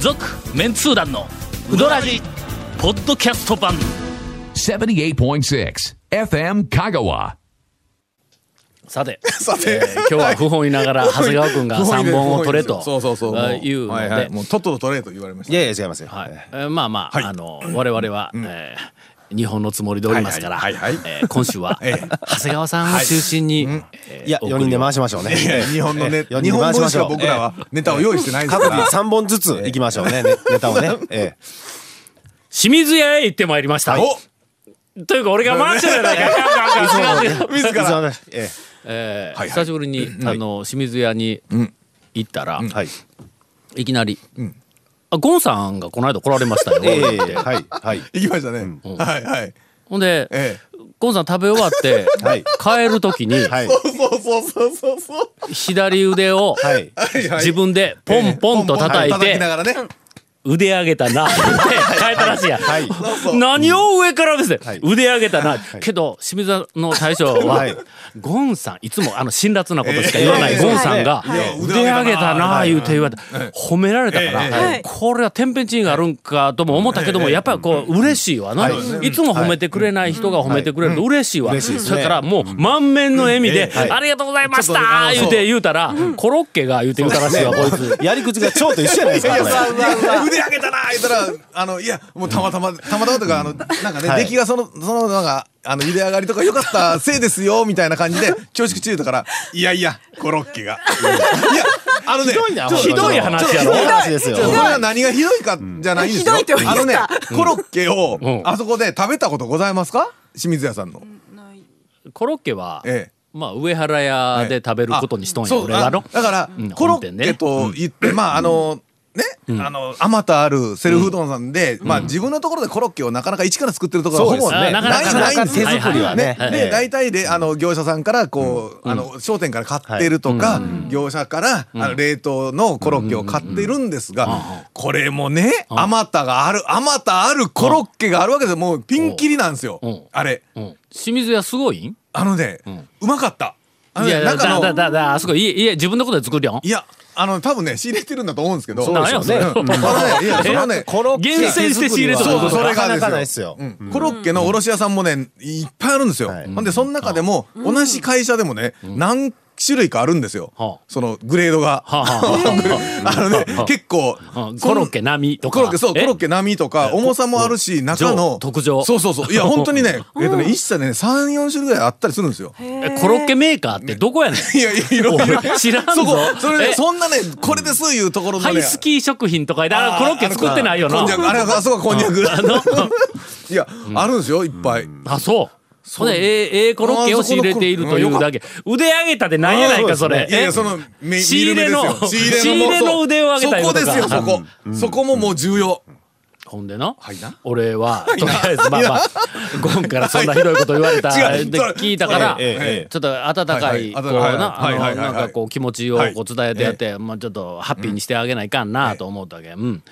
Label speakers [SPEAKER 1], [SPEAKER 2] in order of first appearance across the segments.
[SPEAKER 1] 続メンツー団のウドラジポッドキャスト版
[SPEAKER 2] 78.6 FM Kagawa.
[SPEAKER 1] さて
[SPEAKER 3] さて
[SPEAKER 1] えー今日は不本意ながら長谷川君が3本を取れと
[SPEAKER 3] そうそうそうも
[SPEAKER 1] えーいうので、
[SPEAKER 3] はいはいもうとっとと取れと言われまし
[SPEAKER 4] いやいや違いますよ。
[SPEAKER 1] はいえーまあまあ、あの我々は、えー日本のつもりでおりますから、
[SPEAKER 3] はいはいはいはい
[SPEAKER 1] えー今週は、長谷川さんを中心に、えー
[SPEAKER 4] いや
[SPEAKER 1] お
[SPEAKER 4] 4
[SPEAKER 1] 送り
[SPEAKER 4] 人で回しましょうね。
[SPEAKER 3] た日本のね
[SPEAKER 4] ええ
[SPEAKER 3] 日本語しか僕らはネタを用意してないです
[SPEAKER 4] 各
[SPEAKER 3] か
[SPEAKER 4] 自
[SPEAKER 3] ら
[SPEAKER 4] 3本ずつ行きましょうね、ねネタをね。ええ
[SPEAKER 1] 清水屋へ行ってまいりました、
[SPEAKER 3] お
[SPEAKER 1] というか俺が回してるじゃないか違う違う違う
[SPEAKER 3] 自
[SPEAKER 4] いつ
[SPEAKER 3] ら
[SPEAKER 4] までえ
[SPEAKER 1] えー
[SPEAKER 3] はいはい
[SPEAKER 1] 久しぶりに、あの清水屋に行ったら、
[SPEAKER 4] えはい。
[SPEAKER 1] いきなり、あゴンさんがこの間来られましたよ、
[SPEAKER 4] ええはいはい
[SPEAKER 3] 行きましたねはいはい
[SPEAKER 1] ほんで、
[SPEAKER 3] え
[SPEAKER 1] ゴンさん食べ終わって、
[SPEAKER 4] はい
[SPEAKER 1] 帰る時に、
[SPEAKER 4] はい
[SPEAKER 3] えそうそうそうそうそう
[SPEAKER 1] 左腕を、
[SPEAKER 4] はい。
[SPEAKER 3] はいはい
[SPEAKER 1] 自分でポンポンと叩いて、
[SPEAKER 3] ポンポン叩きながらね
[SPEAKER 1] 腕上げたなって変えたらしいやん。
[SPEAKER 4] はい
[SPEAKER 1] 何を上からですね、
[SPEAKER 4] はい
[SPEAKER 1] 腕上げたな、
[SPEAKER 4] い
[SPEAKER 1] けど清水の大将は、
[SPEAKER 4] はい
[SPEAKER 1] ゴンさんいつもあの辛辣なことしか言わない
[SPEAKER 3] ええ
[SPEAKER 1] ゴンさんが、
[SPEAKER 3] はいはい
[SPEAKER 1] 腕上げたな言うて言われて、褒められたから、
[SPEAKER 5] はい
[SPEAKER 1] これは天変地異があるんかとも思ったけども、やっぱりこう嬉しいわな、い、つも褒めてくれない人が褒めてくれると嬉しいわ、
[SPEAKER 4] 嬉しいですね
[SPEAKER 1] それからもう満面の笑みで、
[SPEAKER 4] はい
[SPEAKER 1] ありがとうございまし
[SPEAKER 3] ちょっとあ
[SPEAKER 1] た
[SPEAKER 3] の
[SPEAKER 1] 言うて言うたら、コロッケが言うて言うたらしいわこいつ。
[SPEAKER 4] やり口が蝶と一緒じゃないで すか。こ
[SPEAKER 3] 腕
[SPEAKER 4] れ
[SPEAKER 3] 上げたなー言ったらあのいやもうたまたまたまたまとかあのなんかね、
[SPEAKER 4] はい
[SPEAKER 3] 出来がそのそのなんかあの茹で上がりとか良かったせいですよみたいな感じで恐縮中だからいやいやコロッケがいやあのね
[SPEAKER 4] ひどいな
[SPEAKER 3] ちょっと
[SPEAKER 1] ひどい話や
[SPEAKER 3] ちょ
[SPEAKER 1] ろ
[SPEAKER 3] っと
[SPEAKER 4] ひどい話ですよ
[SPEAKER 3] ちょっとこれは何がひどいかじゃないんですよ、
[SPEAKER 5] うんひどいって言
[SPEAKER 3] あ
[SPEAKER 5] わ
[SPEAKER 3] の
[SPEAKER 5] れ
[SPEAKER 3] ね
[SPEAKER 5] た
[SPEAKER 3] コロッケを
[SPEAKER 1] うん
[SPEAKER 3] あそこで食べたことございますか清水屋さんの、
[SPEAKER 1] コロッケは、
[SPEAKER 3] ええ
[SPEAKER 1] まあ上原屋で食べることにしとんや、
[SPEAKER 3] そう
[SPEAKER 1] 俺はの
[SPEAKER 3] あだから、
[SPEAKER 1] うん
[SPEAKER 3] コロ
[SPEAKER 1] 本
[SPEAKER 3] ッ
[SPEAKER 1] 店ね
[SPEAKER 3] ケと言って、まああのね、あのあまたあるセルフうどんさんで、まあ自分のところでコロッケをなかなか一から作ってるところはほぼ
[SPEAKER 4] そうで
[SPEAKER 1] ね
[SPEAKER 3] ね
[SPEAKER 4] す
[SPEAKER 3] な
[SPEAKER 1] なか
[SPEAKER 3] い
[SPEAKER 1] なか
[SPEAKER 3] ないんですよ
[SPEAKER 1] 手作りは
[SPEAKER 4] ね
[SPEAKER 3] はい
[SPEAKER 4] はい
[SPEAKER 3] で大体であの業者さんからこう、あの商店から買ってるとか、業者から、あの冷凍のコロッケを買ってるんですが、これもねあまたがあるあまたあるコロッケがあるわけですよもうピンキリなんですよ、
[SPEAKER 1] うん
[SPEAKER 3] あれ
[SPEAKER 1] うん清水屋すごいん
[SPEAKER 3] あのね、うまかったあの
[SPEAKER 1] い
[SPEAKER 3] ね
[SPEAKER 1] やだ
[SPEAKER 3] 中の
[SPEAKER 1] だだだあそこいいいや自分のことで作るやん
[SPEAKER 3] いや、あの、多分ね、仕入れてるんだと思うんですけど。
[SPEAKER 1] そうでしょうね
[SPEAKER 3] なんやそれうんあのねいや、そのね、
[SPEAKER 4] コロッケ
[SPEAKER 1] 厳選して仕入れとか
[SPEAKER 3] そうそう、それ
[SPEAKER 4] なか
[SPEAKER 3] が
[SPEAKER 4] なかな
[SPEAKER 3] で
[SPEAKER 4] いですす
[SPEAKER 3] よ
[SPEAKER 4] よ。。
[SPEAKER 3] うんコロッケの卸屋さんもね、いっぱいあるんですよ。
[SPEAKER 4] はい
[SPEAKER 3] ほんで、その中でも、同じ会社でもね、何種類かあるんですよ
[SPEAKER 1] はあ。
[SPEAKER 3] そのグレードが。
[SPEAKER 1] はあは
[SPEAKER 3] あのね
[SPEAKER 1] はあ、
[SPEAKER 3] 結構
[SPEAKER 1] あ、うんコロッケ並みとか
[SPEAKER 3] コロッケ、そう、コ
[SPEAKER 1] え
[SPEAKER 3] ロッケ並みとか、重さもあるし、中の。
[SPEAKER 1] 特上
[SPEAKER 3] そうそ うそう。いや、本当にね、えっとね、一社ね、3、4種類ぐらいあったりするんですよ。
[SPEAKER 1] えコロッケメーカーってどこやねん
[SPEAKER 3] いやいや、いろいろ。
[SPEAKER 1] 知らんぞ
[SPEAKER 3] そこ、それ
[SPEAKER 1] え
[SPEAKER 3] ね、そんなね、これですいうところの
[SPEAKER 1] ハ
[SPEAKER 3] ね
[SPEAKER 1] イ。スキー食品とかであコロッケ作ってないよな
[SPEAKER 3] あこんにゃくあれはあそこはこんにゃく。 いや、あるんですよ、いっぱい。
[SPEAKER 1] あそうそれええええコロッケを仕入れているというだけ腕上げたでなんやないかそれ
[SPEAKER 3] いやい
[SPEAKER 1] え
[SPEAKER 3] や、その、め
[SPEAKER 1] 仕入れの
[SPEAKER 3] 見る目ですよ
[SPEAKER 1] 仕入れの腕を上げたい
[SPEAKER 3] そ
[SPEAKER 1] こ
[SPEAKER 3] ことで
[SPEAKER 1] か
[SPEAKER 3] すよ、そこ。そこももう重要。
[SPEAKER 1] ほんでな、
[SPEAKER 3] はいな
[SPEAKER 1] 俺は、とりあえず、まあまあ、ゴンからそんなひどいこと言われた、
[SPEAKER 3] 違う
[SPEAKER 1] で聞いたから、
[SPEAKER 4] ええええ
[SPEAKER 1] ちょっと温か、
[SPEAKER 3] はいい
[SPEAKER 1] こ
[SPEAKER 3] はいう
[SPEAKER 1] な、
[SPEAKER 3] は
[SPEAKER 1] あ
[SPEAKER 3] いは
[SPEAKER 1] の
[SPEAKER 3] いはいはい
[SPEAKER 1] なんかこう気持ちを
[SPEAKER 3] はい
[SPEAKER 1] こう伝えてやって、まあちょっとハッピーにしてあげないかんなと思ったけ、うん。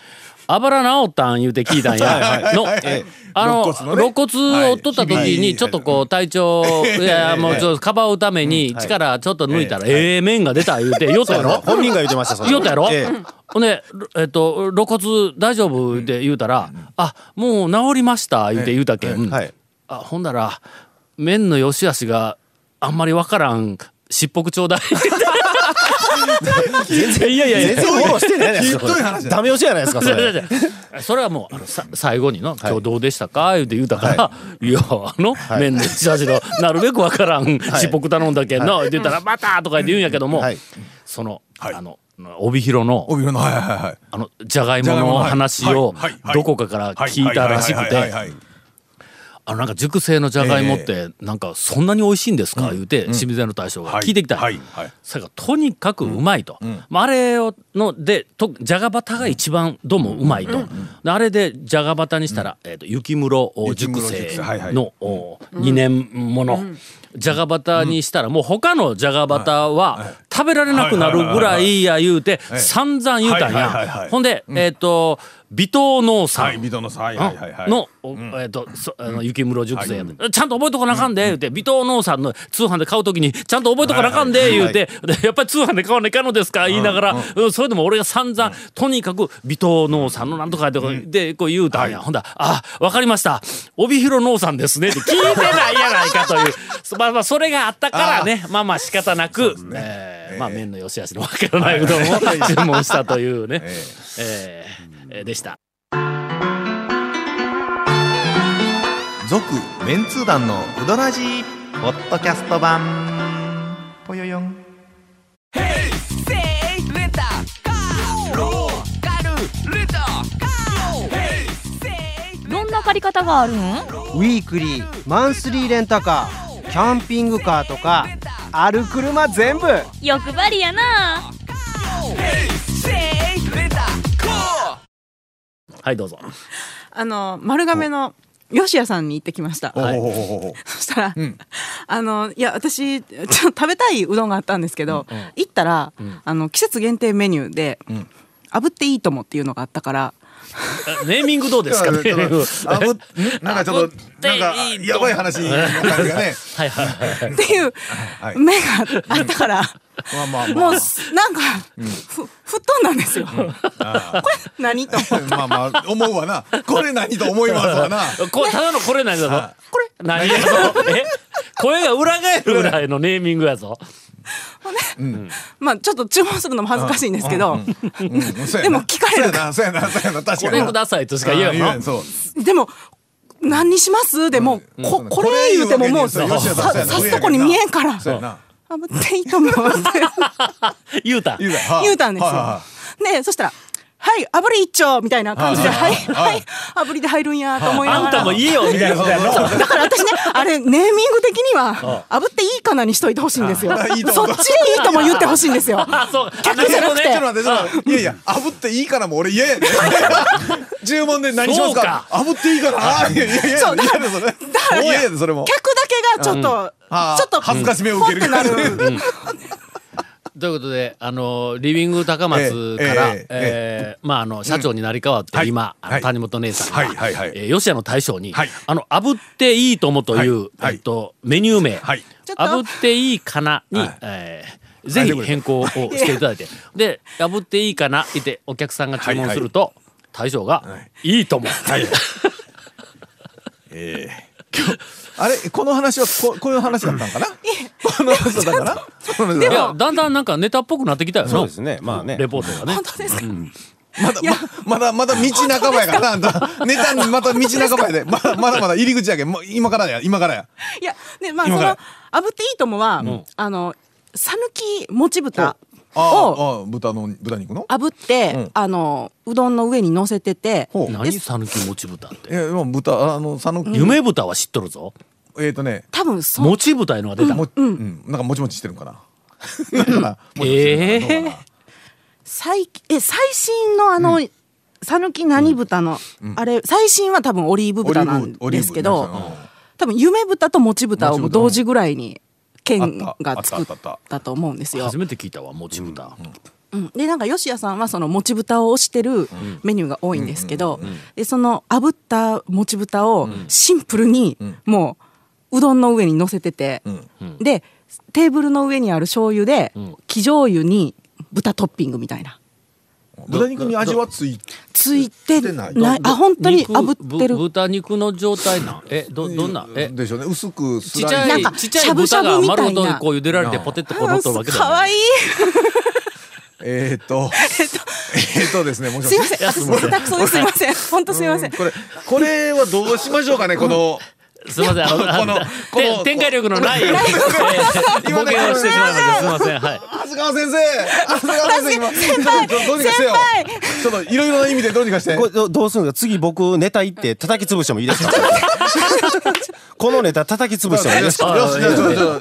[SPEAKER 1] あばら治ったん言うて聞いたんや。の
[SPEAKER 3] はいはい、
[SPEAKER 1] あの、
[SPEAKER 3] 肋骨の
[SPEAKER 1] 肋
[SPEAKER 3] ね
[SPEAKER 1] 骨を折っとった時
[SPEAKER 3] はい
[SPEAKER 1] に、ちょっとこう体調、いや、もうちょっとかばうために力ちょっと抜いたら、ええ面が出た言うて、よったやろ
[SPEAKER 4] 本人が言ってました、それ
[SPEAKER 1] 言うたやろ、
[SPEAKER 4] え
[SPEAKER 1] ほんで、えっと、露骨大丈夫って言うたら、あ、もう治りました、言うて言うたけん。
[SPEAKER 4] えはい。
[SPEAKER 1] あ、ほんだら、麺の良し悪しがあんまりわからん、しっぽくちょうだい。全然、いやいやいや
[SPEAKER 4] 全然。フォローしてないですか。
[SPEAKER 3] ひどい話だ
[SPEAKER 4] ダメ押しじゃないですか、そ
[SPEAKER 1] それ
[SPEAKER 4] れ。
[SPEAKER 1] それそれはもうあのさ最後にの「今日どうでしたか?」言うて言うたから「いやあの麺の良し悪しのなるべくわからんしっぽく頼んだけんな」って言ったら「また!」とか言って言うんやけども
[SPEAKER 4] はい
[SPEAKER 1] その
[SPEAKER 3] はい
[SPEAKER 1] あの帯広の
[SPEAKER 3] 帯広の、はいはいはいはい。
[SPEAKER 1] あのじゃがいもの話をどこかから聞いたらしく
[SPEAKER 3] はい
[SPEAKER 1] て
[SPEAKER 3] はいはいはいはい
[SPEAKER 1] あのなんか熟成のじゃがいもってなんかそんなに美味しいんですか言うて清水屋の大将が聞いてきた
[SPEAKER 3] はいはい
[SPEAKER 1] それがとにかくうまいと、まあ、あれをのでとじゃがバタが一番どうもうまいと、であれでじゃがバタにしたら、えー、と雪室お
[SPEAKER 3] 雪
[SPEAKER 1] 熟
[SPEAKER 3] 室
[SPEAKER 1] 成
[SPEAKER 3] 熟成はいはい
[SPEAKER 1] の、お2年もの、じゃがバタにしたらもう他のじゃがバタは食べられなくなるぐらいや言うて
[SPEAKER 3] い
[SPEAKER 1] 散々言うたん
[SPEAKER 3] はいはいはいは
[SPEAKER 1] や
[SPEAKER 3] い
[SPEAKER 1] ほんで、えっ、と微糖農産、
[SPEAKER 3] はい、水戸のさ、はいはいはいはい。
[SPEAKER 1] の、おえっ、と、そあの雪室熟成やで、ちゃんと覚えとかなあかんで、言うて、微糖農産の通販で買うときに、ちゃんと覚えとかなあかんで、言うて、でやっぱり通販で買わないかんのですか、言いながら、うんそれでも俺が散々、とにかく微糖農産のなんとかで,、でこう言うたんや、ほんだらあわかりました帯広農産ですね」って聞いてないやないかという そまあまあそれがあったからねまあまあ仕方なく、えーまあ麺の良し悪しのわからないうどんを 注文したというね、
[SPEAKER 3] え
[SPEAKER 1] えーえーでした。
[SPEAKER 3] 続メンツー団のうどらじ
[SPEAKER 5] ポッドキャスト版ぽよよん
[SPEAKER 6] セイレンタカーローカルレンタカー
[SPEAKER 7] どんな借り方があるん
[SPEAKER 8] ウィークリーマンスリーレンタカーキャンピングカーとかある車全部
[SPEAKER 7] 欲張りやな
[SPEAKER 6] セイレンタカー
[SPEAKER 1] はいどうぞ。
[SPEAKER 9] あの丸亀の吉谷さんに行ってきました。
[SPEAKER 1] はい
[SPEAKER 9] そしたら、あのいや私ちょっと食べたいうどんがあったんですけど、行ったら、あの季節限定メニューで、炙っていいともっていうのがあったから、
[SPEAKER 1] ネーミングどうですかね。
[SPEAKER 3] ちょっとあぶなんかちょっ
[SPEAKER 1] あぶっ
[SPEAKER 3] と
[SPEAKER 1] て
[SPEAKER 3] なんか
[SPEAKER 1] いいと
[SPEAKER 3] やばい話な感じがね
[SPEAKER 1] はいはいはい。
[SPEAKER 9] っていう
[SPEAKER 3] はい
[SPEAKER 9] 目があったから、
[SPEAKER 3] まあまあ
[SPEAKER 9] も
[SPEAKER 3] ま
[SPEAKER 9] うなんか、ふ吹っ飛んだんですよ。これ何と思って
[SPEAKER 3] あ まあまあ思うわなこれ何と思います わな
[SPEAKER 1] こただのこれなんだぞ。これ何やぞ。え声が裏返るぐらいのネーミングやぞ。
[SPEAKER 9] まあちょっと注文するのも恥ずかしいんですけど、
[SPEAKER 3] うんそうやな
[SPEAKER 9] でも聞かれるか
[SPEAKER 3] そうやなそうやなそうやな確か
[SPEAKER 1] こ
[SPEAKER 3] に
[SPEAKER 1] れくださいとしか言えん
[SPEAKER 3] あ
[SPEAKER 1] の
[SPEAKER 3] あ。そう
[SPEAKER 9] でも何にしますでも、ここれ言うても
[SPEAKER 3] こ
[SPEAKER 9] もう
[SPEAKER 3] れ
[SPEAKER 9] さ
[SPEAKER 3] 言うわけですよ吉谷さん
[SPEAKER 9] 刺
[SPEAKER 3] そうやねんな
[SPEAKER 9] すとこに見えんから。
[SPEAKER 3] そうやな
[SPEAKER 9] 炙っていいと思うって
[SPEAKER 1] 言うた。
[SPEAKER 3] 言う たはあ
[SPEAKER 9] 言うたんですよ
[SPEAKER 3] はあはあ。
[SPEAKER 9] でそしたら「はい炙り一丁」みたいな感じで「
[SPEAKER 3] は
[SPEAKER 9] はいい
[SPEAKER 3] は
[SPEAKER 9] はいい炙りで入るんや」と思いな
[SPEAKER 1] あん
[SPEAKER 9] が
[SPEAKER 1] た
[SPEAKER 9] ら
[SPEAKER 1] も言えよみたいなことやろ。
[SPEAKER 9] だから私ねあれネーミング的に は炙っていいかなにしといてほしいんですよそっ
[SPEAKER 3] あい
[SPEAKER 9] ち
[SPEAKER 3] い
[SPEAKER 9] で
[SPEAKER 3] と思う
[SPEAKER 9] いいとも言ってほしいんですよ
[SPEAKER 1] あそう。
[SPEAKER 9] 客じゃなくて
[SPEAKER 3] ちょっと待ってちょっと待っていやいや炙っていいからも俺嫌 やで注文で何しますか炙っていいからああいやいやいや
[SPEAKER 9] そうだか
[SPEAKER 3] 嫌やでそれ
[SPEAKER 9] から
[SPEAKER 3] 嫌やでそれも
[SPEAKER 9] 客だけがちょっと、
[SPEAKER 3] あー
[SPEAKER 9] ちょっと
[SPEAKER 3] 恥ずかしめを受ける
[SPEAKER 9] ポッ てなる
[SPEAKER 1] ということで、あの、リビング高松から、
[SPEAKER 3] ええええ
[SPEAKER 1] えーまあ、あの、社長になり変わって、
[SPEAKER 3] はい
[SPEAKER 1] 今、あの
[SPEAKER 3] はい
[SPEAKER 1] 谷本姉さんが、
[SPEAKER 3] はいはいはい
[SPEAKER 1] えー吉谷の大将に、
[SPEAKER 3] はい
[SPEAKER 1] あの、炙っていいともという、
[SPEAKER 3] はいはい
[SPEAKER 1] えっと、メニュー名、
[SPEAKER 3] はい
[SPEAKER 9] ちょっと
[SPEAKER 1] 炙っていいかなに、
[SPEAKER 3] はい
[SPEAKER 1] えーぜひ変更をしていただいて、で、炙っていいかなってお客さんが注文すると、大将が、い、いとも。
[SPEAKER 3] あれこの話はここういう話だったんかなこの話だったかなこの話だった
[SPEAKER 1] いや、だんだんなんかネタっぽくなってきたよな
[SPEAKER 4] そうですね。まあね。
[SPEAKER 1] レポートがね
[SPEAKER 9] 本。当ですか、
[SPEAKER 3] まだままだまだ道半ばやからな あんたネタまた道半ばやでまだまだまだ入り口やけんもう今からや今からや
[SPEAKER 9] いやねまあそ
[SPEAKER 3] 今
[SPEAKER 9] の
[SPEAKER 3] から
[SPEAKER 9] 炙っていいともは、あの讃岐もち豚
[SPEAKER 3] ああ
[SPEAKER 9] を
[SPEAKER 3] ああ豚の豚肉の
[SPEAKER 9] 炙って、あのうどんの上に乗せてて
[SPEAKER 3] ほう
[SPEAKER 1] 何讃岐もち豚って。
[SPEAKER 3] えもう豚あのさの
[SPEAKER 1] 夢豚は知っとるぞ。
[SPEAKER 3] えっとね
[SPEAKER 9] 多分そ
[SPEAKER 1] もち豚いうのが出た。
[SPEAKER 3] もうんなんかもちもちしてるんかな なんかなもちもち
[SPEAKER 1] え
[SPEAKER 3] してるんかなどうかな
[SPEAKER 1] え
[SPEAKER 9] 最え最新のあの讃岐、何豚の、あれ最新は多分オリーブ豚なん
[SPEAKER 3] オリーブ
[SPEAKER 9] ですけど、
[SPEAKER 3] オリーブですね
[SPEAKER 9] 多分夢豚ともち豚を同時ぐらいに県
[SPEAKER 3] あったあ
[SPEAKER 9] が
[SPEAKER 3] ったあ
[SPEAKER 9] 作
[SPEAKER 3] っ
[SPEAKER 9] った
[SPEAKER 3] あった
[SPEAKER 9] たと思うんですよ
[SPEAKER 1] 初。めて聞いたわ、もち豚。
[SPEAKER 9] うんでなんか吉谷さんはそのもち豚を推してるメニューが多いんですけど、でその炙ったもち豚をシンプルにもううどんの上に乗せてて、でテーブルの上にある醤油で生醤油に豚トッピングみたいな
[SPEAKER 3] 豚肉に味はつい
[SPEAKER 9] ついて
[SPEAKER 3] て
[SPEAKER 9] な
[SPEAKER 3] ないい
[SPEAKER 9] あ本当に
[SPEAKER 1] 肉
[SPEAKER 9] 炙って
[SPEAKER 1] ぶ
[SPEAKER 9] る
[SPEAKER 1] 豚肉の状態なん。え、ど、どんな、え、
[SPEAKER 3] でしょうね薄くス
[SPEAKER 1] ちっち
[SPEAKER 3] ライ
[SPEAKER 1] ゃ
[SPEAKER 9] ないんか、
[SPEAKER 1] ちっちゃ
[SPEAKER 9] し
[SPEAKER 1] い
[SPEAKER 9] ゃぶし
[SPEAKER 1] 豚
[SPEAKER 9] ゃぶ
[SPEAKER 1] が
[SPEAKER 9] みたいな
[SPEAKER 1] 丸ごとこう茹でられてポテッとこう乗っとるわけだ
[SPEAKER 9] かわいい
[SPEAKER 3] えーっとえーっとですねもしもし
[SPEAKER 9] すいません私下手くそですすいません本当すいません
[SPEAKER 3] これこれはどうしましょうかねこの
[SPEAKER 1] すみません、あの、あ
[SPEAKER 3] この
[SPEAKER 1] の
[SPEAKER 3] この
[SPEAKER 1] て展開力のない、えー
[SPEAKER 3] 今
[SPEAKER 1] ボ
[SPEAKER 3] ね
[SPEAKER 1] ケをしてしまいました。すみません、はい。
[SPEAKER 3] 長谷川先生長谷川先生先輩どうにかしてよちょっといろいろな意味でどうにかして
[SPEAKER 4] これどどうするんですか次僕ネタ行って叩き潰してもいい ですかこのネタ叩き潰してもいいですか
[SPEAKER 3] よしじゃあちょっとちょっ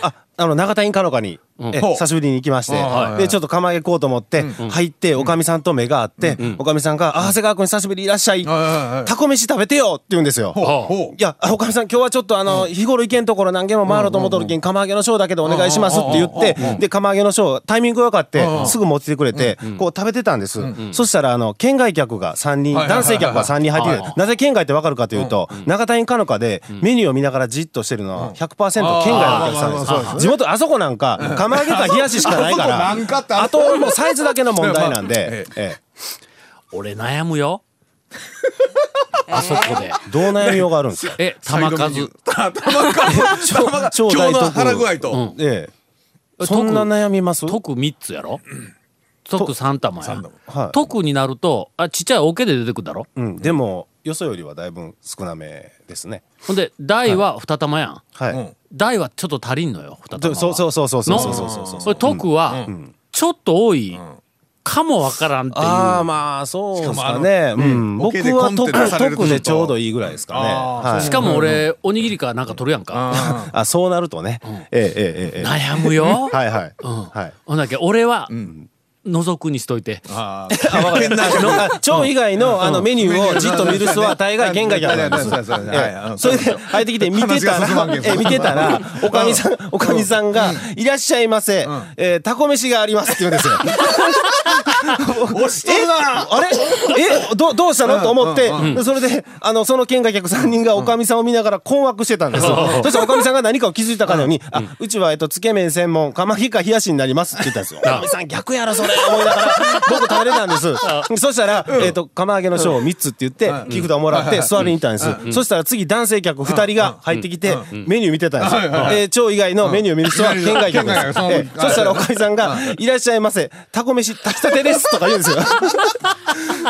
[SPEAKER 3] と
[SPEAKER 4] ああの永田インカノカに、え
[SPEAKER 3] ほう
[SPEAKER 4] 久しぶりに行きまして、
[SPEAKER 3] はい
[SPEAKER 4] でちょっと釜揚げ行こうと思って、入っておかみさんと目が合って、おかみさんが「あ長谷川君久しぶりいらっしゃい、
[SPEAKER 3] はいはいはい
[SPEAKER 4] タコ飯食べてよ」って言うんですよ。
[SPEAKER 3] ほう
[SPEAKER 4] いや、あおかみさん、今日はちょっとあの、日頃行けんところ何軒も回ろうと思っとるけん、釜揚げのショーだけでお願いしますって言って、で、釜揚げのショー、タイミングが分かって、すぐ持ってきてくれて、こう食べてたんです。そしたら、あの、県外客が3人、
[SPEAKER 3] はいはいはいはい
[SPEAKER 4] 男性客が3人入ってきて、なぜ県外って分かるかというと、長田インカノカでメニューを見ながらじっとしてるのは100%県外のお客さ
[SPEAKER 3] あー
[SPEAKER 4] ん
[SPEAKER 3] まあまあまあそうです
[SPEAKER 4] で
[SPEAKER 3] ね
[SPEAKER 4] す。地元あそこなんか釜揚げか冷やししかないか
[SPEAKER 3] あそこなんからってあ
[SPEAKER 4] あともうサイズだけの問題なんで
[SPEAKER 3] え
[SPEAKER 4] え
[SPEAKER 1] 俺悩むよあそこで
[SPEAKER 4] えどう悩みようがあるん ですか
[SPEAKER 1] え玉数
[SPEAKER 3] 玉数玉が今
[SPEAKER 4] 超
[SPEAKER 3] 日
[SPEAKER 4] 大
[SPEAKER 3] の
[SPEAKER 4] 特
[SPEAKER 3] 腹具合と
[SPEAKER 4] ええそんな悩みます
[SPEAKER 1] 特3つやろ特3玉や
[SPEAKER 4] はい
[SPEAKER 1] 特になるとあちっちゃい桶で出てくるだろ
[SPEAKER 4] うんでもよそよりはだいぶ少なめですね
[SPEAKER 1] ほんで大は2玉やん
[SPEAKER 4] はい、
[SPEAKER 1] 大はちょっと足りんのよ2玉
[SPEAKER 4] ど
[SPEAKER 1] は
[SPEAKER 4] そうそうそうそうそうそうそうそう
[SPEAKER 1] これ特はちょっと多いかもわからんっていう
[SPEAKER 4] ああまあそうですかね、う
[SPEAKER 3] うん
[SPEAKER 4] ん、
[SPEAKER 3] ボ
[SPEAKER 4] 僕
[SPEAKER 3] ケでコ
[SPEAKER 4] は
[SPEAKER 3] ンテナされる
[SPEAKER 4] 特
[SPEAKER 3] と
[SPEAKER 4] 特でちょうどいいぐらいですかね
[SPEAKER 3] あ
[SPEAKER 4] はい
[SPEAKER 1] しかも俺おにぎりかなんか取るやんか
[SPEAKER 4] あそうなるとね、ええ ええええ
[SPEAKER 1] 悩むよ
[SPEAKER 4] はいはい、
[SPEAKER 1] うん
[SPEAKER 4] はい
[SPEAKER 1] ほんだっけ俺は覗くにしといて
[SPEAKER 3] あ
[SPEAKER 4] 蝶以外のあのメニューをじっと見る人は大概限界があるんで
[SPEAKER 3] そ
[SPEAKER 4] す
[SPEAKER 3] うそうそう
[SPEAKER 4] え
[SPEAKER 3] はいうん
[SPEAKER 4] えそれで入ってきて見てた
[SPEAKER 3] 話が進まん
[SPEAKER 4] ら
[SPEAKER 3] けど
[SPEAKER 4] え見てたらおかみさんおかみさんが「いらっしゃいませえータコ飯があります」って言うんですよ。
[SPEAKER 3] 押しとるな
[SPEAKER 4] あれえどどうしたのと思って、それであのその見外客3人がおかみさんを見ながら困惑してたんですよ、そしたらおかみさんが何かを気づいたかのように「あうちは、えっと、つけ麺専門かまぎか冷やしになります」って言ったんですよおかみさん逆やろそれ思いなが ら僕食べれたんですそしたら、えっと、釜揚げの賞を3つって言って木札をもらって座りに行ったんです、そしたら次男性客2人が入ってきてメニュー見てたんですよ、えー蝶以外のメニュー見る人 は見外客です、
[SPEAKER 3] うん県外
[SPEAKER 4] えーそしたらおかみさんが「いらっしゃいませタコ飯炊きたてです」とか言うんです よ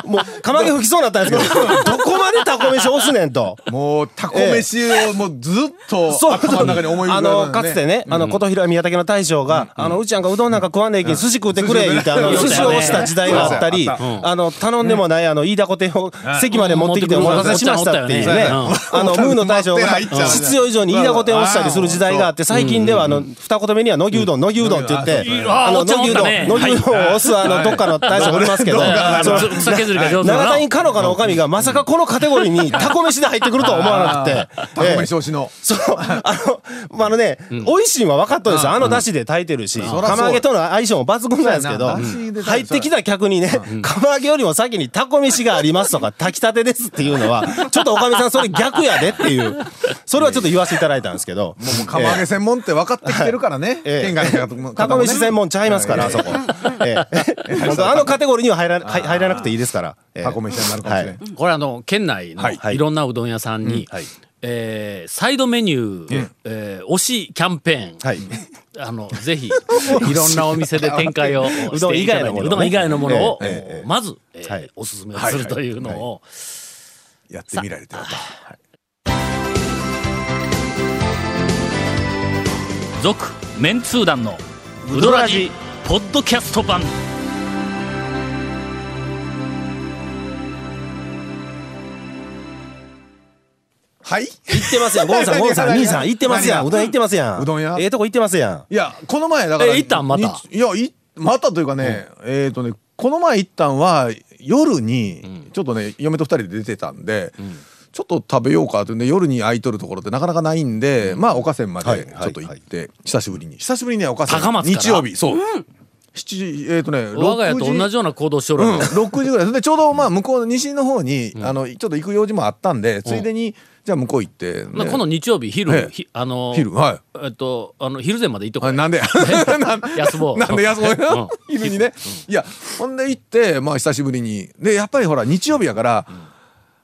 [SPEAKER 4] もう、釜揚げ吹きそうになったんですけ ど、どこまでタコ飯押すねんと。
[SPEAKER 3] もうタコ飯をもうずっと
[SPEAKER 4] そう、
[SPEAKER 3] 頭の中に思い浮
[SPEAKER 4] あ
[SPEAKER 3] かべる
[SPEAKER 4] の、かつてね、あの、琴平宮武の大将が、あの、うちなんかうどんなんか食わねえけん、寿司食うてくれ、言って、あの、
[SPEAKER 3] うん
[SPEAKER 4] 寿司を押した時代があったり、
[SPEAKER 3] うん
[SPEAKER 4] あの、頼んでもない、あの、飯田小手を席まで持ってきてお待たせしましたっていうね、
[SPEAKER 1] うん
[SPEAKER 4] あの、ムーの大将が
[SPEAKER 3] うん
[SPEAKER 4] 必要以上に飯田小手を押したりする時代があって、最近では、あの、二言目には、野牛うどん、野牛うどんって言って
[SPEAKER 1] う、ん
[SPEAKER 4] あの、
[SPEAKER 1] あー
[SPEAKER 4] 野牛うどん、
[SPEAKER 1] 落ち
[SPEAKER 4] 野
[SPEAKER 1] ましたね
[SPEAKER 4] 牛うどんを押す、あの、どっかの大将おりますけど、その
[SPEAKER 1] 草削りが上手だ
[SPEAKER 4] 長
[SPEAKER 1] な
[SPEAKER 4] 谷かのかのおかみがまさかこのカテゴリーにタコ飯で入ってくるとは思わな くて。
[SPEAKER 3] タコ飯押しの
[SPEAKER 4] そう、あの、まあ、あのね、美味しいのは分かったですよ。あの出汁で炊いてるし、
[SPEAKER 3] そらそう
[SPEAKER 4] 釜揚げとの相性も抜群なんですけど、
[SPEAKER 3] そうやな出汁で炊いて
[SPEAKER 4] 入ってきた客にね、釜揚げよりも先にタコ飯があります とか、炊きたてですっていうのは、ちょっとおかみさんそれ逆やでっていう、それはちょっと言わせていただいたんですけ
[SPEAKER 3] も
[SPEAKER 4] ど、
[SPEAKER 3] う釜揚げ専門って分かってきてるからね
[SPEAKER 4] ええ
[SPEAKER 3] 県外の方もね
[SPEAKER 4] タコ飯専門ちゃいますから、あそこ。 ええ本 当あのカテゴリーには入ら入入らなくていいですから。ええ
[SPEAKER 3] タコ飯になるかもしれん
[SPEAKER 1] これあの県内の
[SPEAKER 3] はい
[SPEAKER 1] いろんなうどん屋さんに、
[SPEAKER 4] はい
[SPEAKER 1] えーサイドメニュー、えー推しキャンペーン、
[SPEAKER 4] はい。
[SPEAKER 1] あのぜひいろんなお店で展開をしていただいて
[SPEAKER 4] うどん以外のものね
[SPEAKER 1] うどん以外のものを、
[SPEAKER 4] ええええ
[SPEAKER 1] まず、えー
[SPEAKER 4] はい
[SPEAKER 1] おすすめをするというのを、
[SPEAKER 3] やってみられてよかった
[SPEAKER 1] 続メンツー団のウドラジポッドキャスト版
[SPEAKER 3] はい
[SPEAKER 4] 行ってますやん。ゴンさん、ゴンさん、兄さん、行ってますやん。うどん屋行ってますやん。
[SPEAKER 3] うどん屋
[SPEAKER 4] ええとこ行ってますやん。
[SPEAKER 3] いや、この前、だから。
[SPEAKER 1] え行ったんまた
[SPEAKER 3] 日いや、いまたというかね、えっ、とね、この前行ったんは、夜に、ちょっとね、嫁と二人で出てたんで、ちょっと食べようかとね夜に空いとるところってなかなかないんで、まあおかせんまでちょっと行って、久しぶりに久しぶりにねおかせん
[SPEAKER 1] 高松から
[SPEAKER 3] 日曜日そう、七時えっ、とね
[SPEAKER 1] 我が家と
[SPEAKER 3] 6時
[SPEAKER 1] 同じような行動しよる
[SPEAKER 3] う
[SPEAKER 1] わ
[SPEAKER 3] ん、
[SPEAKER 1] け
[SPEAKER 3] 6時ぐらいでちょうどまあ向こうの西の方に、あのちょっと行く用事もあったんでついでに、じゃあ向こう行って、ね
[SPEAKER 1] まあこの日曜日昼、
[SPEAKER 3] ええ
[SPEAKER 1] ひあの
[SPEAKER 3] 昼はい
[SPEAKER 1] えっとあの昼前まで行っとこ
[SPEAKER 3] あ
[SPEAKER 1] う
[SPEAKER 3] なんで なん
[SPEAKER 1] 安坊
[SPEAKER 3] なんで安坊や
[SPEAKER 1] う
[SPEAKER 3] 昼にねいやほんで行ってまあ久しぶりにでやっぱりほら日曜日やから、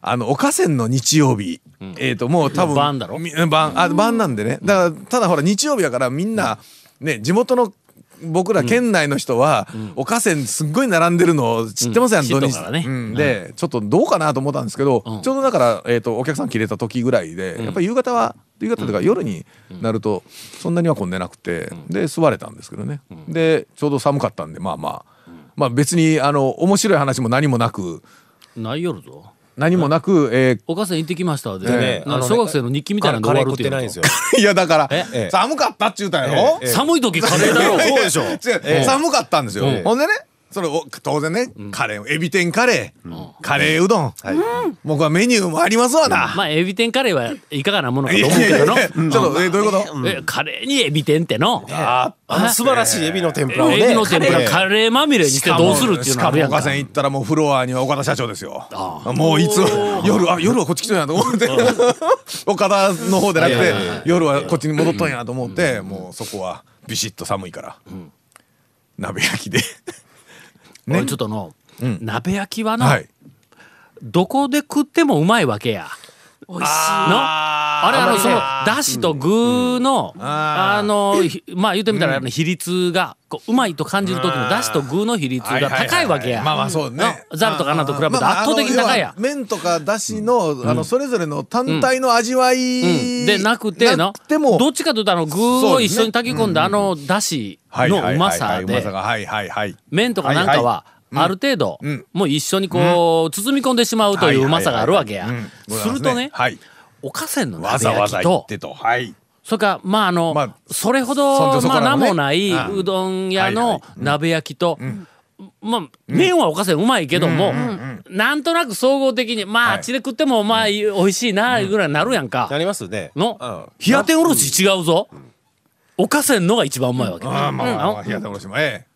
[SPEAKER 3] あのおかせんの日曜日、えっ、ともう多分
[SPEAKER 1] 晩だろ
[SPEAKER 3] み晩あ晩なんでねだからただほら日曜日やからみんな、ね地元の僕ら県内の人は、おかせんすっごい並んでるの知ってますやん、
[SPEAKER 1] うん
[SPEAKER 3] 土
[SPEAKER 1] 知っとる
[SPEAKER 3] 日
[SPEAKER 1] からね
[SPEAKER 3] うんで、ちょっとどうかなと思ったんですけど、
[SPEAKER 1] ん
[SPEAKER 3] ちょうどだから、えー、とお客さん切れた時ぐらいで、やっぱり夕方は夕方というか夜になるとそんなには混んでなくて、で座れたんですけどね、でちょうど寒かったんでまあまあ、まあ別にあの面白い話も何もなく
[SPEAKER 1] ないよるぞ
[SPEAKER 3] 何もなく、え
[SPEAKER 1] お母さん行ってきましたで、
[SPEAKER 4] ね
[SPEAKER 1] なんか
[SPEAKER 4] あのね
[SPEAKER 1] 小学生の日記みたいなので
[SPEAKER 4] カ
[SPEAKER 1] 終
[SPEAKER 4] レ
[SPEAKER 1] わ
[SPEAKER 4] ー
[SPEAKER 1] るっ
[SPEAKER 4] 食って
[SPEAKER 1] い
[SPEAKER 4] て
[SPEAKER 1] うの
[SPEAKER 4] な
[SPEAKER 1] と
[SPEAKER 4] いんですよ。
[SPEAKER 3] ーいやだから
[SPEAKER 1] え
[SPEAKER 4] え
[SPEAKER 3] 寒かったっちゅうたんやろ、
[SPEAKER 4] ええ
[SPEAKER 1] 寒い時カレーだろ
[SPEAKER 4] そうでしょ
[SPEAKER 3] 違う寒かったんですよ、ほんでねそれを当然ね、カレーエビ天カレー、カレーうどん、もうこれメニューもありますわな、
[SPEAKER 1] まあエビ天カレーはいかがなものか
[SPEAKER 3] い
[SPEAKER 1] と
[SPEAKER 3] や
[SPEAKER 1] 思う
[SPEAKER 3] い
[SPEAKER 1] け
[SPEAKER 3] やい
[SPEAKER 1] どの
[SPEAKER 3] やちょっ とえどういうこと、
[SPEAKER 1] えカレーにエビ天っての
[SPEAKER 4] ああの素晴らしいエビの天ぷらをね
[SPEAKER 1] エビの天ぷ
[SPEAKER 4] え
[SPEAKER 1] ら
[SPEAKER 4] え
[SPEAKER 1] カレーまみれにしてどうするっていうのあるやん
[SPEAKER 3] しかも岡
[SPEAKER 1] か
[SPEAKER 3] さん行ったらもうフロアには岡田社長ですよもういつ夜あ夜はこっち来てんやと思って 岡田の方でなくて夜はこっちに戻っとんやと思ってもうそこはビシッと寒いから鍋焼きでね
[SPEAKER 1] 俺ちょっとの鍋焼きはの
[SPEAKER 3] はい
[SPEAKER 1] どこで食ってもうまいわけや
[SPEAKER 9] 美味しい
[SPEAKER 1] のあれあのそのだしと具のあのひまあ言ってみたらあの比率がこううまいと感じる時のだしと具の比率が高いわけや
[SPEAKER 3] まあまあそうね
[SPEAKER 1] のザルとかアナと比べて
[SPEAKER 3] まあまあ
[SPEAKER 1] 圧倒的に高いやん
[SPEAKER 3] あの要は麺とかだしのあのそれぞれの単体の味わい
[SPEAKER 1] でなくての
[SPEAKER 3] なくても
[SPEAKER 1] どっちかというとあの具を一緒に炊き込んだあのだし
[SPEAKER 3] はいはいは
[SPEAKER 1] の
[SPEAKER 3] いはいう
[SPEAKER 1] まさ
[SPEAKER 3] うま
[SPEAKER 1] で
[SPEAKER 3] さがはいはいはい
[SPEAKER 1] 麺とかなんかはある程度
[SPEAKER 3] うん
[SPEAKER 1] もう一緒にこう包み込んでしまうといううまさがあるわけや
[SPEAKER 3] はいはいはいうん
[SPEAKER 1] するとね
[SPEAKER 3] はい
[SPEAKER 1] おかせんの
[SPEAKER 3] わ
[SPEAKER 1] 鍋
[SPEAKER 3] ざわ
[SPEAKER 1] 焼
[SPEAKER 3] ざ
[SPEAKER 1] き
[SPEAKER 3] 行っ
[SPEAKER 1] と
[SPEAKER 3] てとはい
[SPEAKER 1] それからまああの、
[SPEAKER 3] まあ
[SPEAKER 1] それほ
[SPEAKER 3] そん
[SPEAKER 1] ど
[SPEAKER 3] じょそこ
[SPEAKER 1] まあ
[SPEAKER 3] ら
[SPEAKER 1] 名
[SPEAKER 3] のね
[SPEAKER 1] もない
[SPEAKER 3] うん
[SPEAKER 1] うどん屋
[SPEAKER 3] はいは
[SPEAKER 1] の
[SPEAKER 3] い
[SPEAKER 1] 鍋焼きと、まあ麺はおかせんうまいけども、なんとなく総合的にまあ、
[SPEAKER 3] はい
[SPEAKER 1] あっちで食ってもまあ美味しいなぐらいになるやんか。
[SPEAKER 4] なりますね
[SPEAKER 1] の、
[SPEAKER 4] うん
[SPEAKER 1] 冷や天おろし違うぞ。おかせんのが一番うまいわけ。
[SPEAKER 3] ああまあまあま
[SPEAKER 1] う
[SPEAKER 3] あ
[SPEAKER 1] ん
[SPEAKER 3] 冷や天おろしもえ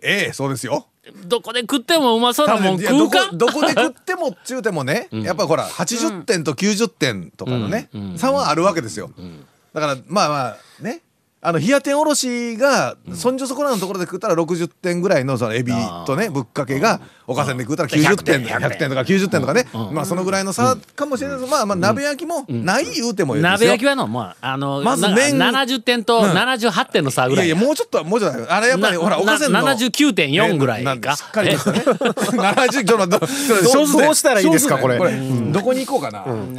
[SPEAKER 3] えええそうですよ
[SPEAKER 1] どこで食ってもうまそうなもん
[SPEAKER 3] いや
[SPEAKER 1] 食う
[SPEAKER 3] どこ
[SPEAKER 1] か
[SPEAKER 3] どこで食ってもっちゅうても ねやっぱほら80点と90点とかのね差はあるわけですよだからまあまあねあの冷や天おろしがそんじょそこらのところで食ったら60点ぐらいのそのエビとねぶっかけがおかせんで食ったら90点
[SPEAKER 1] 100
[SPEAKER 3] 100点とか90点とかねまあそのぐらいの差かもしれないですまあまあ鍋焼きもない言うてもいいですよ
[SPEAKER 1] 鍋焼きはの、まあ、あの、
[SPEAKER 3] まず
[SPEAKER 1] な
[SPEAKER 3] 麺
[SPEAKER 1] 70点と78点の差ぐ
[SPEAKER 3] い
[SPEAKER 1] らい
[SPEAKER 3] やい
[SPEAKER 1] や。
[SPEAKER 3] やもうちょっともうちょっとあれやっぱり
[SPEAKER 1] な
[SPEAKER 3] ほらおかせんの
[SPEAKER 1] な79.4ぐらい
[SPEAKER 3] ねなん
[SPEAKER 1] か
[SPEAKER 3] しっかりとしたね70ちょっとどどう
[SPEAKER 4] どうしたらいいですかこれ
[SPEAKER 3] これどこに行こうかなう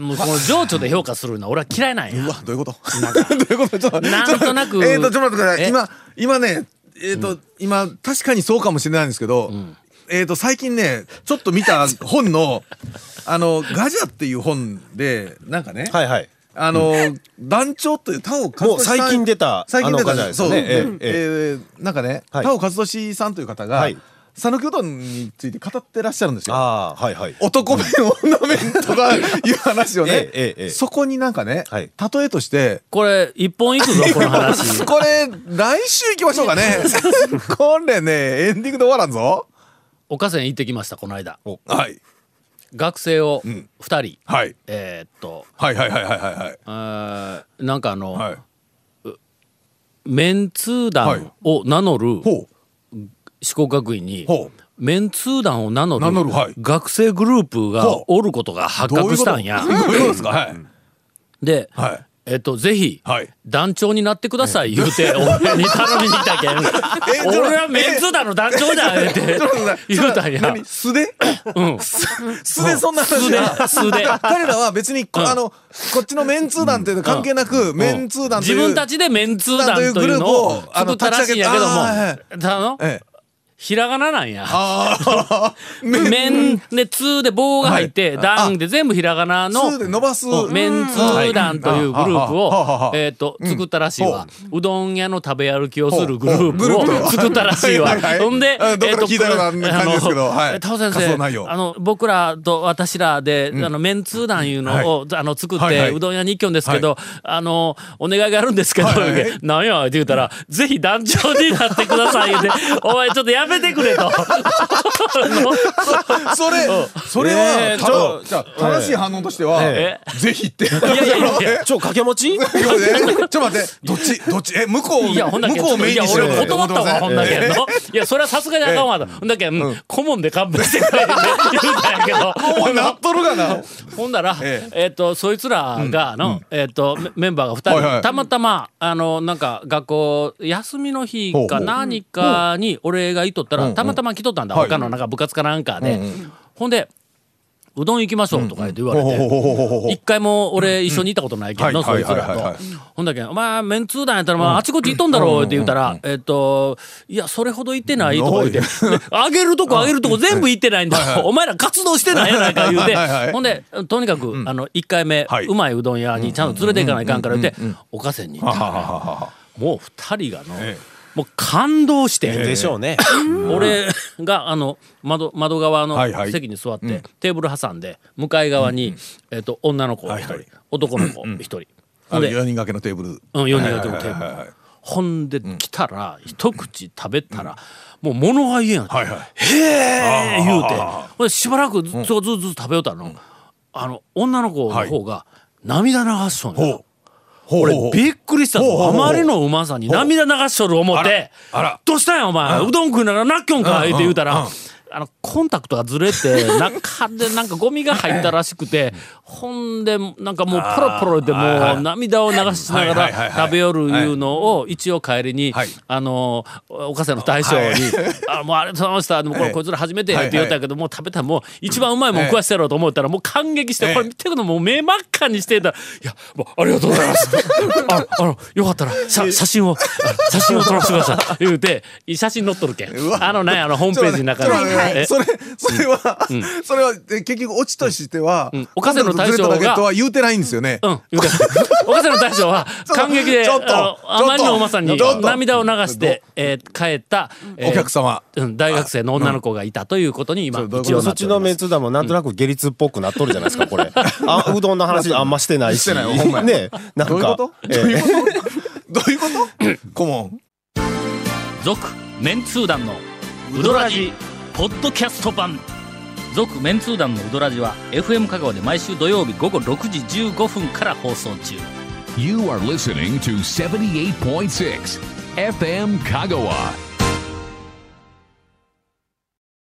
[SPEAKER 1] もうこの情緒で評価するのは俺は嫌いなんや。
[SPEAKER 3] わどういうことどういうことちょっと
[SPEAKER 1] なんとなく
[SPEAKER 3] えっとちょっと待ってくださ
[SPEAKER 1] え
[SPEAKER 3] い今今ねえっと今確かにそうかもしれないんですけどえっと最近ねちょっと見た本のあのガジャっていう本でなんかね
[SPEAKER 4] はいはい
[SPEAKER 3] あの団長という田尾和俊さん
[SPEAKER 4] もう最近出た
[SPEAKER 3] 最近出た
[SPEAKER 4] あの方です
[SPEAKER 3] そ
[SPEAKER 4] よ
[SPEAKER 3] う
[SPEAKER 4] ね
[SPEAKER 3] ね
[SPEAKER 4] ええ
[SPEAKER 3] えーなんかね
[SPEAKER 4] はい
[SPEAKER 3] 田尾和俊さんという方
[SPEAKER 4] は
[SPEAKER 3] が
[SPEAKER 4] い
[SPEAKER 3] 讃岐うどんについて語ってらっしゃるんですよ
[SPEAKER 4] ああはいはい
[SPEAKER 3] 男麺女麺とかいう話を
[SPEAKER 4] え
[SPEAKER 3] ね
[SPEAKER 4] えええええ
[SPEAKER 3] そこになんかね
[SPEAKER 4] はい
[SPEAKER 3] 例えとして。
[SPEAKER 1] これ、一本いくぞ、この話
[SPEAKER 3] これ来週行きましょうかね これねエンディングで終わらんぞ
[SPEAKER 1] おかせん行ってきました、この間。
[SPEAKER 3] はい
[SPEAKER 1] 学生を
[SPEAKER 3] ん
[SPEAKER 1] 二人、
[SPEAKER 3] はい
[SPEAKER 1] えーっと、
[SPEAKER 3] はいはいはいはいはいはい
[SPEAKER 1] えーなんかあの、
[SPEAKER 3] はい
[SPEAKER 1] メンツー
[SPEAKER 3] はい
[SPEAKER 1] 団を名乗る
[SPEAKER 3] ほう
[SPEAKER 1] 四国学院に、
[SPEAKER 3] ほう
[SPEAKER 1] メンツー団を名乗る
[SPEAKER 3] 名乗るはい
[SPEAKER 1] 学生グループが
[SPEAKER 3] ほう
[SPEAKER 1] おることが発
[SPEAKER 3] どう
[SPEAKER 1] 覚
[SPEAKER 3] いうこ
[SPEAKER 1] し
[SPEAKER 3] と
[SPEAKER 1] た
[SPEAKER 3] どうん
[SPEAKER 1] や。
[SPEAKER 3] いうことですかはい
[SPEAKER 1] で、
[SPEAKER 3] はい
[SPEAKER 1] えっと、ぜひ、
[SPEAKER 3] はい
[SPEAKER 1] 団長になってください言うて、俺に頼みに来たけん。
[SPEAKER 3] えちょっと
[SPEAKER 1] 俺はメンツー団の団長だ言うて
[SPEAKER 3] ちょっと待ってく
[SPEAKER 1] 言う
[SPEAKER 3] だ
[SPEAKER 1] た
[SPEAKER 3] さ
[SPEAKER 1] ん
[SPEAKER 3] い。
[SPEAKER 1] や。
[SPEAKER 3] 何素で
[SPEAKER 1] うん。
[SPEAKER 3] 素でそんな話が
[SPEAKER 1] 素で素で
[SPEAKER 3] 彼らは別にこ、
[SPEAKER 1] うん
[SPEAKER 3] あのこっちのメンツー団っていうの関係なく、メンツー団とい
[SPEAKER 1] 自
[SPEAKER 3] う
[SPEAKER 1] 分たちでメンツー団というのを
[SPEAKER 3] あ
[SPEAKER 1] 作
[SPEAKER 3] の
[SPEAKER 1] ったらしいんやけども、あの、
[SPEAKER 3] ええ
[SPEAKER 1] ひらがななんや。
[SPEAKER 3] ああ
[SPEAKER 1] メンで、ツーで棒が入って、
[SPEAKER 3] はい
[SPEAKER 1] 団で全部ひらがなの
[SPEAKER 3] ツーで伸ばす
[SPEAKER 1] メンツー団というグループ
[SPEAKER 3] うんはあはあはあは
[SPEAKER 1] を
[SPEAKER 3] あ、
[SPEAKER 1] えっと、作ったらしいわ。うどん屋の食べ歩きをするグル
[SPEAKER 3] ほうほうグル
[SPEAKER 1] ー
[SPEAKER 3] ー
[SPEAKER 1] プ
[SPEAKER 3] プ
[SPEAKER 1] を
[SPEAKER 3] を
[SPEAKER 1] 作ったらしいわ
[SPEAKER 3] はいは。い
[SPEAKER 1] ほんで、
[SPEAKER 3] うんどっかで聞いたような感じですけど
[SPEAKER 1] あの
[SPEAKER 3] はい
[SPEAKER 1] 田尾先
[SPEAKER 3] 活動内
[SPEAKER 1] 生、
[SPEAKER 3] 容
[SPEAKER 1] あの、僕らと私らで、あの、メンツー団いうのを、あの、作っ
[SPEAKER 3] はいは
[SPEAKER 1] て、
[SPEAKER 3] いう
[SPEAKER 1] どん屋に行きよんですけど、あの、お願いがあるんですけど、
[SPEAKER 3] はいはい
[SPEAKER 1] 言うて なんや、って言うたら、ぜひ団長になってください、言うて、お前ちょっとやめてくれと。
[SPEAKER 3] それそれは、
[SPEAKER 1] えー
[SPEAKER 3] た
[SPEAKER 1] ち
[SPEAKER 4] ょ
[SPEAKER 3] じゃあ正しい反応としては、
[SPEAKER 1] え
[SPEAKER 3] ぜひってい
[SPEAKER 1] やいやいやいや
[SPEAKER 4] 超掛け持
[SPEAKER 3] ち
[SPEAKER 4] ち
[SPEAKER 3] ょっと待ってどっちどっちえ向こう
[SPEAKER 1] いや、ほんだ
[SPEAKER 3] 向
[SPEAKER 1] け、
[SPEAKER 3] こうをメインにし
[SPEAKER 1] い
[SPEAKER 3] て
[SPEAKER 1] や、俺断ったわ、ほんだけ
[SPEAKER 3] え
[SPEAKER 1] の。いや、それはさすがにあかんわ、と。ほんだけ、うん、顧問で勘弁してくれって言うたんやけ ど。
[SPEAKER 3] えもうなっとるがな
[SPEAKER 1] ほんなら、
[SPEAKER 3] え
[SPEAKER 1] えっと、そいつらが、の、えっと、メメンバーが二
[SPEAKER 3] はいは
[SPEAKER 1] 人、
[SPEAKER 3] い
[SPEAKER 1] たまたま、あの、なんか、学校、休みの日
[SPEAKER 3] ほうほ
[SPEAKER 1] か
[SPEAKER 3] う
[SPEAKER 1] 何かに、俺がいとったら、たまたま来とったんだ、
[SPEAKER 3] はい
[SPEAKER 1] 他のなんか部活かなんかで。ほんで、うどん行きましょうとか言って言われて、一回も俺一緒にいたことないけど、そいつら
[SPEAKER 3] はいはいはいは
[SPEAKER 1] と
[SPEAKER 3] い。
[SPEAKER 1] ほんだけん、お前、メンツー団やったら、まあ、あちこち行っとんだろうって言ったら、えっと、いや、それほど行ってないとか言って、 であげるとこあげるとこ全部行ってないんだ。お前ら活動してないやないか言うて
[SPEAKER 3] はいは、い
[SPEAKER 1] ほんで、とにかく、あの、一回目
[SPEAKER 3] はい、
[SPEAKER 1] うまいうどん屋にちゃんと連れて行かないかんから言って、おかせに行った
[SPEAKER 3] ははははは
[SPEAKER 1] もう二人がの
[SPEAKER 3] え、
[SPEAKER 1] もう感動して。
[SPEAKER 4] でしょうね。
[SPEAKER 1] 俺があの窓窓側の
[SPEAKER 3] はいはい
[SPEAKER 1] 席に座って、テーブル挟んで向かい側に、えっと女の子一人、
[SPEAKER 3] はいはい
[SPEAKER 1] 男の子一人、ほ
[SPEAKER 3] あ
[SPEAKER 1] ん
[SPEAKER 3] の
[SPEAKER 1] で、
[SPEAKER 3] 4人掛けのテーブル。
[SPEAKER 1] うん、4人がいてもテーブル、
[SPEAKER 3] はいはいはいはい
[SPEAKER 1] ほんで来たら、一口食べたら、もう物が言えん、
[SPEAKER 3] はいはい。
[SPEAKER 1] へえ言うてほんでしばらくずっとずっとずっと食べようたの、あの女の子の方が涙流しそうな、
[SPEAKER 3] ほう。ほうほうほ
[SPEAKER 1] 俺
[SPEAKER 3] う
[SPEAKER 1] びっくりした
[SPEAKER 3] ほうほ
[SPEAKER 1] の
[SPEAKER 3] うほう
[SPEAKER 1] あまりのうまさに涙流しとる思って
[SPEAKER 3] あらあら
[SPEAKER 1] どうしたんやお前うどん食いながらなっきょんか?」
[SPEAKER 3] う
[SPEAKER 1] っ
[SPEAKER 3] ん
[SPEAKER 1] て言うたら
[SPEAKER 3] うん
[SPEAKER 1] あのコンタクトがずれて 中でなんかゴミが入ったらしくてほんでなんかもうポロポロでもう涙を流しなが
[SPEAKER 3] はいはいはい
[SPEAKER 1] ら
[SPEAKER 3] はい
[SPEAKER 1] 食べよるいうのを一応帰りに
[SPEAKER 3] はい
[SPEAKER 1] あのおかせの大将に
[SPEAKER 3] はい
[SPEAKER 1] 「あもうありがとうございましたでもこれこいつら初めてや」って言うたけどもう食べたらもう一番うまいもん食わしてやろうと思ったらもう感激して
[SPEAKER 3] ええ
[SPEAKER 1] これ見てくのもう目真っ赤にしてたら「いやもうありがとうございます」 あのあのよかったら写写真をあの写真を撮らせてください」言うて写真載っとるけん
[SPEAKER 3] うわ
[SPEAKER 1] あのねあのホームページの中
[SPEAKER 3] ちょ
[SPEAKER 1] にえ
[SPEAKER 3] っと待ってちょっと待ってそれ、それは、それは、え結局、オチとしては
[SPEAKER 1] ん、岡瀬の大将が
[SPEAKER 3] ずれただけとは言うてないんですよね。
[SPEAKER 1] うん、言うて岡瀬の大将は
[SPEAKER 3] ょっと
[SPEAKER 1] 感激で
[SPEAKER 3] ちょっと
[SPEAKER 1] あの
[SPEAKER 3] ちょ
[SPEAKER 1] あま
[SPEAKER 3] っと
[SPEAKER 1] りのうまさに
[SPEAKER 3] ちょっと
[SPEAKER 1] 涙を流して、えー帰った、えー
[SPEAKER 3] お客様。
[SPEAKER 1] うん大学生の女の子がいたということに今
[SPEAKER 3] あうん
[SPEAKER 1] 一応
[SPEAKER 4] そ
[SPEAKER 1] な
[SPEAKER 4] っ
[SPEAKER 1] って
[SPEAKER 4] ち
[SPEAKER 1] おり
[SPEAKER 4] の
[SPEAKER 1] ま
[SPEAKER 4] メン
[SPEAKER 1] す。
[SPEAKER 4] ツだもんなんとなく下律っぽくなっとるじゃないですかこ れあうどんの話あんましてないし
[SPEAKER 3] してないほんまや
[SPEAKER 4] ねなんか
[SPEAKER 3] どういうこと
[SPEAKER 4] ええ
[SPEAKER 3] どういうこと顧問。
[SPEAKER 1] 続メンツー団のウドラジポッドキャスト版続メンツー団のウドラジは FM 香川で毎週土曜日午後6時15分から放送中
[SPEAKER 2] You are listening to 78.6 FM Kagawa.